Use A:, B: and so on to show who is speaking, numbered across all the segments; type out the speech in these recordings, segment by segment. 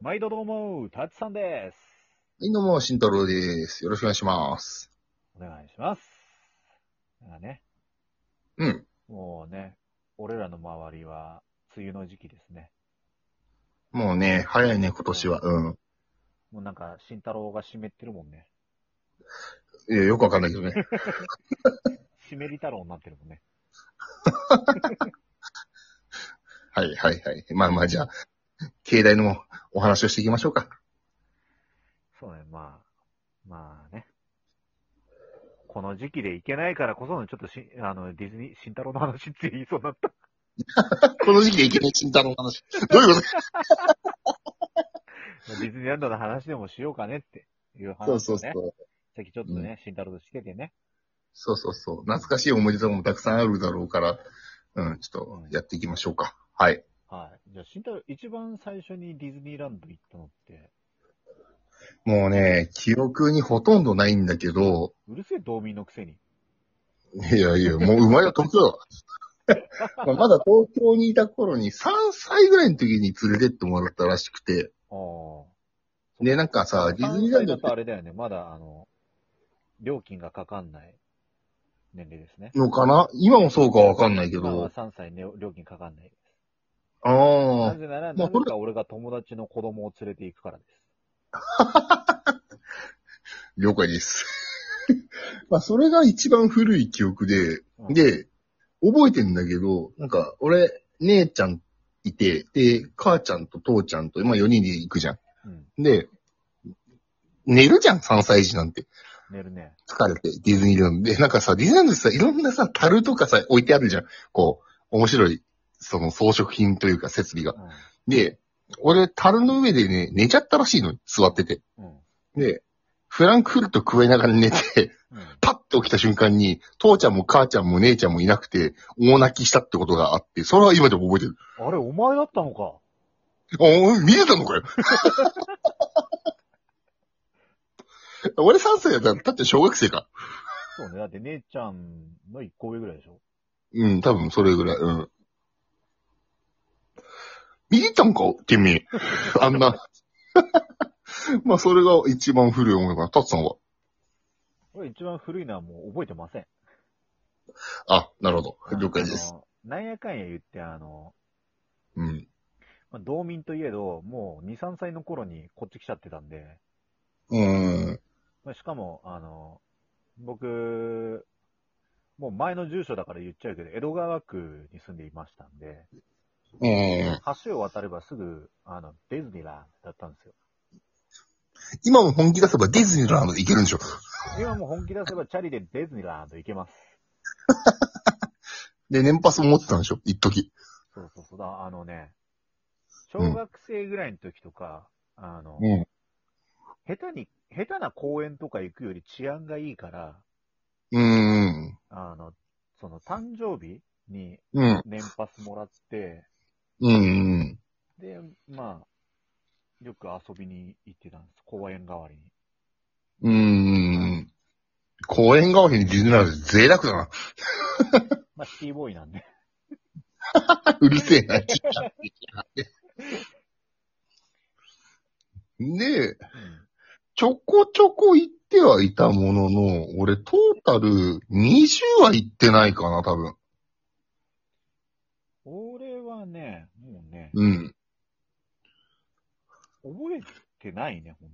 A: 毎度どうも、たつさんです。
B: はい、どうも、慎太郎です。よろしくお願いします。
A: お願いします。なんかね、
B: うん。
A: もうね、俺らの周りは、梅雨の時期ですね。
B: もうね、早いね、今年は。うん。
A: もうなんか、慎太郎が湿ってるもんね。
B: いや、よくわかんないけど ね。
A: 湿り太郎になってるもんね。
B: はい、はい、はい。まあまあ、じゃあ、携帯のお話をしていきましょうか。
A: そうね、まあ、まあね。この時期で行けないからこその、ちょっとし、あの、ディズニー、慎太郎の話って言いそうにな った。
B: この時期でいけない慎太郎の話。どういうことか
A: ディズニーランドの話でもしようかねっていう話を
B: そ
A: ね。
B: うそうそう。
A: さっきちょっとね、慎太郎としててね。
B: そうそうそう。懐かしい思い出とかもたくさんあるだろうから、うん、ちょっとやっていきましょうか。はい。
A: はい。じゃあ、慎太郎、一番最初にディズニーランド行ったのって、
B: もうね、記憶にほとんどないんだけど、
A: うるせえ道民のくせに。
B: いやいや、もう生まれは東京 だわまあまだ東京にいた頃に3歳ぐらいの時に連れてってもらったらしくて、
A: ああ。
B: で、なんかさ、ディズニーランド
A: 関西
B: っ
A: だとあ
B: て
A: れだよね、まだ、あの、料金がかかんない年齢ですね。
B: のかな今もそうかわかんないけ
A: 今は
B: ど。
A: 3歳ね、料金かかんないです。な
B: ああ。
A: ぜなら、
B: ま
A: な
B: あ
A: ぜ
B: これ
A: か俺が友達の子供を連れて行くからです。
B: 了解 です。まあ、それが一番古い記憶で、
A: うん、
B: で、覚えてんだけど、なんか、俺、姉ちゃんいて、で、母ちゃんと父ちゃんと、まあ4人で行くじゃ
A: うん、
B: ん。で、寝るじゃん、3歳児なんて。
A: 寝るね。
B: 疲れて、ディズニーランドで。なんかさ、ディズニーランドってさ、いろんなさ、樽とかさ、置いてあるじゃん。こう、面白い、その装飾品というか設備が。
A: う
B: で、俺、樽の上でね、寝ちゃったらしいのよ座ってて。
A: ん。うん。
B: で、フランクフルト食えながら寝て、
A: うん。
B: パッと起きた瞬間に、父ちゃんも母ちゃんも姉ちゃんもいなくて、大泣きしたってことがあって、それは今でも覚えてる。
A: あれ、お前だったのか。
B: お見てたのかよ俺3歳だったら、だって小学生か。
A: そうね。だって姉ちゃんの1個上ぐらいでしょ。
B: うん、多分それぐらい。うん。見に行ったんかてめえ。 あんな。まあ、それが一番古い思いかな。たつさんは。
A: 俺一番古いのはもう覚えてません。
B: あ、なるほど。了解です。
A: あの。なんやかんや言って、あの、
B: うん。
A: まあ、道民といえど、もう2、3歳の頃にこっち来ちゃってたんで、
B: うん。
A: まあしかも、あの、僕、もう前の住所だから言っちゃうけど、江戸川区に住んでいましたんで、
B: うん。
A: 橋を渡ればすぐ、あの、ディズニーランドだったんですよ。
B: 今も本気出せばディズニーランド行けるんでしょ。
A: 今もう本気出せばチャリでディズニーランド行けます。
B: で、年パスも持ってたんでしょ一時。
A: そうそうそうだ、あのね、小学生ぐらいの時とか、あの、
B: うん。
A: 下手に、下手な公園とか行くより治安がいいから、
B: うん。
A: あの、その誕生日に
B: うん。
A: 年パスもらって、
B: うん。
A: で、まあ、よく遊びに行ってたんです。公園代わりに。
B: うん。公園代わりにディズニーランド贅沢だな。
A: まあ、シティボーイなんで。
B: うるせえな、ちっちゃい。で、ちょこちょこ行ってはいたものの、俺トータル20は行ってないかな、多分。
A: 俺はね、もうね、
B: うん。
A: 覚えてないね、本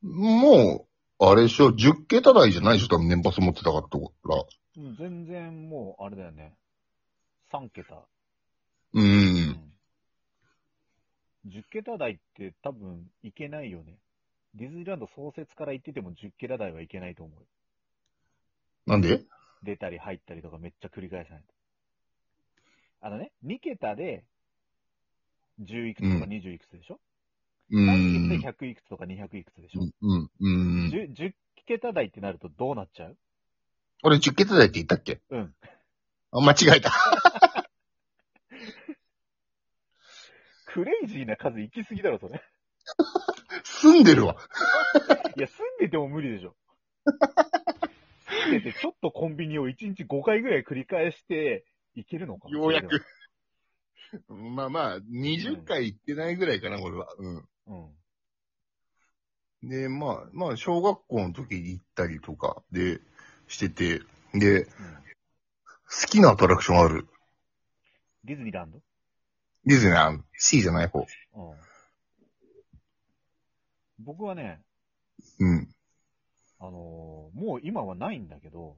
A: 当に。
B: もう、あれでしょ、10桁台じゃないでしょ、多分年パス持ってたからとから。
A: うん全然もう、あれだよね。3桁。
B: う。
A: うん10桁台って多分いけないよね。ディズニーランド創設から行ってても10桁台はいけないと思う。
B: なんで
A: 出たり入ったりとかめっちゃ繰り返さないと。あのね、2桁で10いくつとか20いくつでしょ、
B: う
A: 3桁
B: ん。
A: で100いくつとか200いくつでしょ、
B: うん。うん。
A: 10, 10桁台ってなるとどうなっちゃう
B: 俺10桁台って言ったっけ
A: うん。
B: あ、間違えた。
A: クレイジーな数行き過ぎだろ、それ。
B: 住んでるわ。
A: いや、住んでても無理でしょ。住んでてちょっとコンビニを1日5回ぐらい繰り返していけるのか。
B: ようやく
A: それでも。
B: まあまあ、20回行ってないぐらいかな、俺は。う
A: うん。
B: ん。で、まあ、まあ、小学校の時に行ったりとかで、してて、で、好きなアトラクションある。
A: ディズニーランド
B: ディズニーランド、C じゃない方。
A: うん。僕はね、
B: うん。
A: あのーもう今はないんだけど、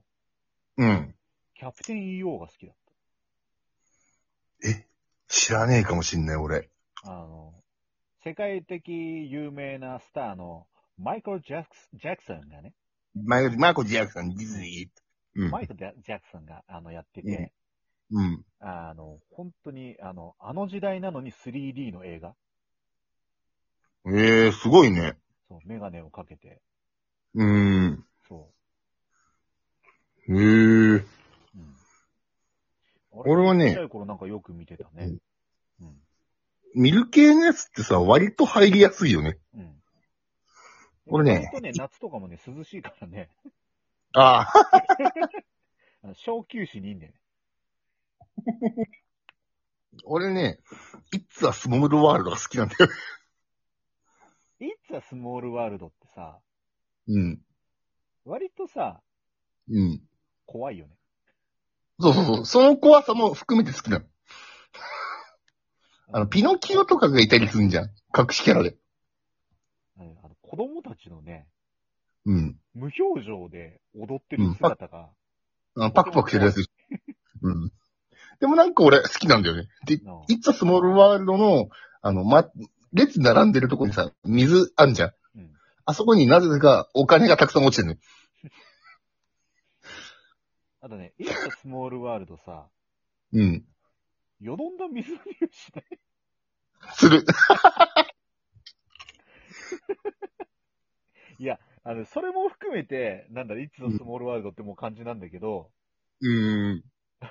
B: うん。
A: キャプテン EO が好きだっ
B: 知らねえかもしんない、俺。
A: た。あの世界的有名なスターのマイケル・ジャクスジャクソンがね、
B: マイマイコ・ジャクソン、ディズニー。うん
A: マイケル・ジャジャクソンがあのやってて、
B: うんうん。
A: あの、本当に、あの、あの時代なのに 3D の映画。
B: ええすごいね。
A: そう、メガネをかけて。
B: うん。
A: そ
B: ええー。
A: う。うん。
B: 俺はね
A: ちっちゃい頃なんかよく見てたね。うん。
B: ミル系のやつってさ、割と入りやすいよね。
A: うん。
B: 俺ね
A: 割とね、夏とかもね、涼しいからね、
B: ああ。
A: あの小休止にいいんだよね。
B: 俺ね、いつはスモールワールドが好きなんだよ。
A: いつはスモールワールドってさ、
B: うん。
A: 割とさ、
B: うん。
A: 怖いよね。
B: そうそうそう。その怖さも含めて好きなの。あの、ピノキオとかがいたりするんじゃん。隠しキャラで。
A: うんあの子供たちのね、
B: うん。
A: 無表情で踊ってる姿が、
B: あのパクパクしてるやつ。うん。でもなんか俺好きなんだよね。で、
A: なあ
B: いつはスモールワールドの、あの、ま、列並んでるとこにさ、水あんじゃん。
A: うん
B: あそこになぜかお金がたくさん落ちてるのよ。
A: あとね、いつはスモールワールドさ、
B: うん。
A: よどんだ水の匂いしない
B: する。
A: いや、あの、それも含めて、なんだろ、いつのスモールワールドってもう感じなんだけど、
B: うん。
A: よどんだ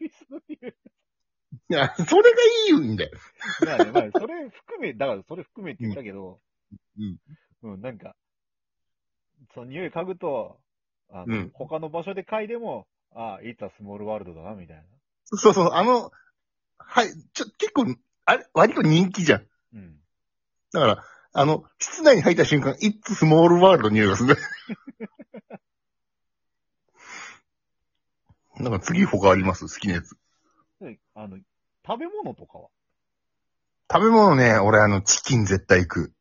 A: 水の匂い。
B: いや、それがいいんだよ。
A: まあね、まあ、それ含め、だからそれ含めって言ったけど、
B: うん。
A: うん、なんか、その匂い嗅ぐと、あの、
B: うん
A: 他の場所で嗅いでも、ああ、いつはスモールワールドだな、みたいな。
B: そうそう、あの、はい、ちょ、結構、あれ、割と人気じゃん。
A: うん。
B: だから、あの、室内に入った瞬間、イッツスモールワールドの匂いがする。 なんか次他あります好きなやつ。
A: であの、食べ物とかは
B: 食べ物ね、俺あの、チキン絶対行く。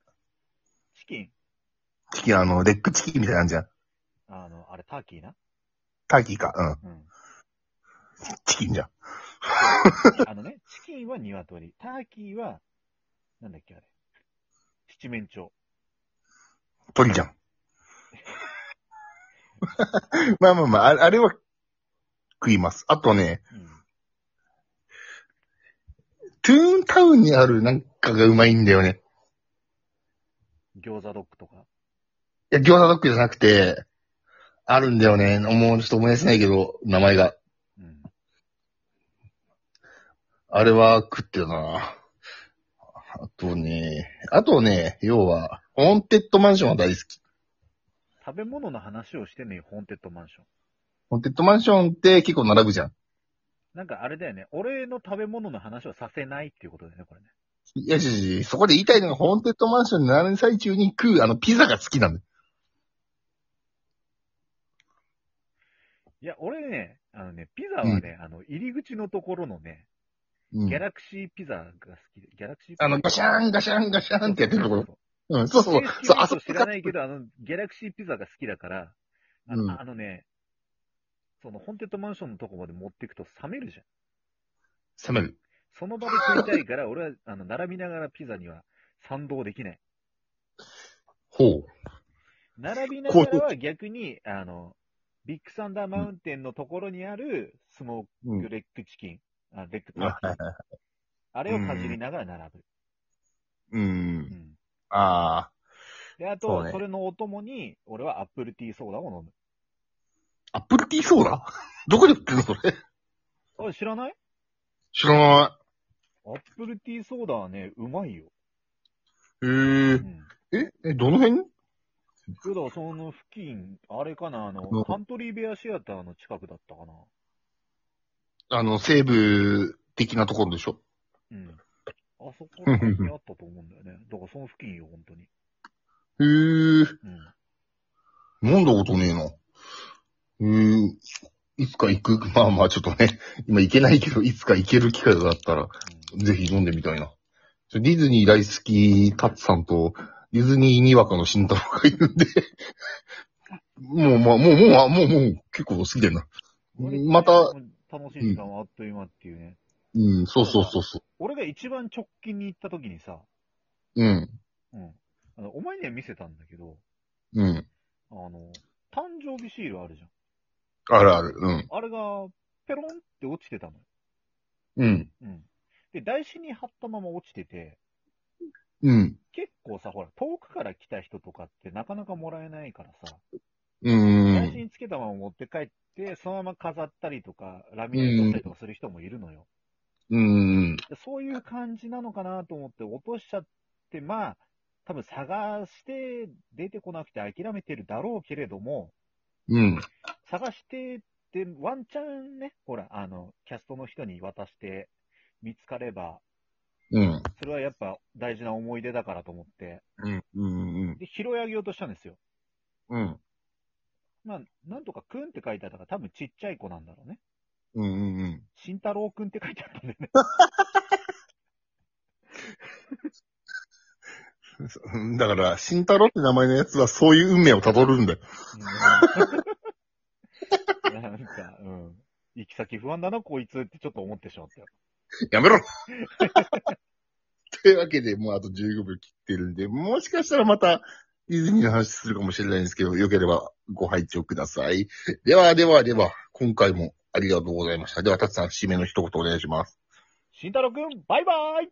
A: チキン
B: チキン、あの、レッグチキンみたいなのあんじゃん。
A: あの、あれ、ターキーな
B: ターキーか。
A: うん。
B: うん。チキンじゃん。
A: あのね、 チキンは鶏、ターキーは、なんだっけ、あれ。七面鳥。
B: 鳥じゃん。 まあまあまあ、あれあれは食います。あとね、
A: うん。
B: トゥーンタウンにあるなんかがうまいんだよね。
A: 餃子ドッグとか。
B: いや、餃子ドッグじゃなくて、あるんだよね。もうちょっと思い出せないけど、名前が。
A: うん。
B: あれは食ってたな。あとね、あとね、要は、ホーンテッドマンションは大好き。
A: 食べ物の話をしてね、ホーンテッドマンション。
B: ホーンテッドマンションって結構並ぶじゃん。
A: なんかあれだよね、俺の食べ物の話をさせないっていうことだよね、これね。
B: いや、しし、そこで言いたいのが、ホーンテッドマンションに並ぶ最中に食う、あの、ピザが好きなんだよ。
A: いや、俺ね、あのね、ピザはね、あの、入り口のところのね、
B: うん
A: ギャラクシーピザが好きで、ギャラクシーピザ
B: あの、ガシャーン、ガシャーン、ガシャーンってやってるところ。
A: ろ。
B: うん、そうそう。
A: 正式
B: そう、
A: 名称
B: あそこ
A: 知
B: から
A: ないけど、あの、ギャラクシーピザが好きだから、あ
B: うん
A: のあのね、その、ホーンテッドマンションのとこまで持ってくと冷めるじゃん。
B: 冷める。
A: その場で食いたいから、俺は、あの、並びながらピザには賛同できない。
B: ほう。
A: 並びながらは逆に、あの、ビッグサンダーマウンテンのところにあるスモ
B: う
A: ー
B: ん
A: クレッグチキン、あレッグ
B: はい
A: ター
B: はい
A: キー、あれをかじりながら並ぶ。
B: う。
A: うんん。
B: ああ。
A: で、あ
B: そう
A: と、
B: ね
A: それのお供に、俺はアップルティーソーダを飲む。
B: アップルティーソーダどこで売ってるのそれ。
A: あ、知らない
B: 知らな
A: アップルティーソーダはね、うまいよ。
B: い。
A: う
B: へー
A: ん。
B: え、え、どの辺
A: だからその付近、あれかな、あ
B: うん
A: の、カントリーベアシアターの近くだったかな。
B: あの、西武的なところでしょ
A: うん。あそこら辺にあったと思うんだよね。だからその付近よ、本当に。
B: へえ、
A: うん。
B: 飲んだことねえな。うーん、いつか行く、 まあまあちょっとね、今行けないけど、いつか行ける機会があったら、ぜひ飲んでみたいな。ちょディズニー大好き、タツさんと、ディズニーにわかの慎太郎がいるんで、 もうまあ、もう、もう、あもう、もう、結構好きだよな。
A: うん
B: また、
A: 楽しい時間はあっという間っていうね。
B: うん、そうそうそうそ
A: 俺が一番直近に行った時にさ、
B: う。うん、
A: うん。あの、お前には見せたんだけど、
B: うん。
A: あの、誕生日シールあるじゃん。
B: あるある、うん、
A: あれが、ペロンって落ちてたのよ。
B: うん、
A: うん。で、台紙に貼ったまま落ちてて、
B: うん、
A: 結構さ、ほら、遠くから来た人とかってなかなかもらえないからさ、
B: う
A: 台紙
B: ん、
A: につけたまま持って帰って、そのまま飾ったりとか、ラミネートしたりとかする人もいるのよ。
B: うん、
A: でそういう感じなのかなと思って落としちゃって、まあ、多分探して出てこなくて諦めてるだろうけれども、
B: うん、
A: 探してって、ワンチャンね、ほら、あの、キャストの人に渡して見つかれば、
B: うん、
A: それはやっぱ大事な思い出だからと思って、
B: うん、うん、
A: で、拾い上げようとしたんですよ。
B: うん、
A: まあ、なんとかくんって書いてあったから、多分ちっちゃい子なんだろうね。
B: うん、うん。
A: 慎太郎くんって書いてあったんだよね。
B: うんだから、慎太郎って名前のやつはそういう運命を辿るんだよ。
A: うん なんか、うん。行き先不安だな、こいつってちょっと思ってしまったよ。
B: やめろ というわけで、もうあと15秒切ってるんで、もしかしたらまた、ディズニーの話するかもしれないんですけど、よければご拝聴ください。では、では、では、今回もありがとうございました。では、たくさん締めの一言お願いします。
A: 慎太郎くん、バイバーイ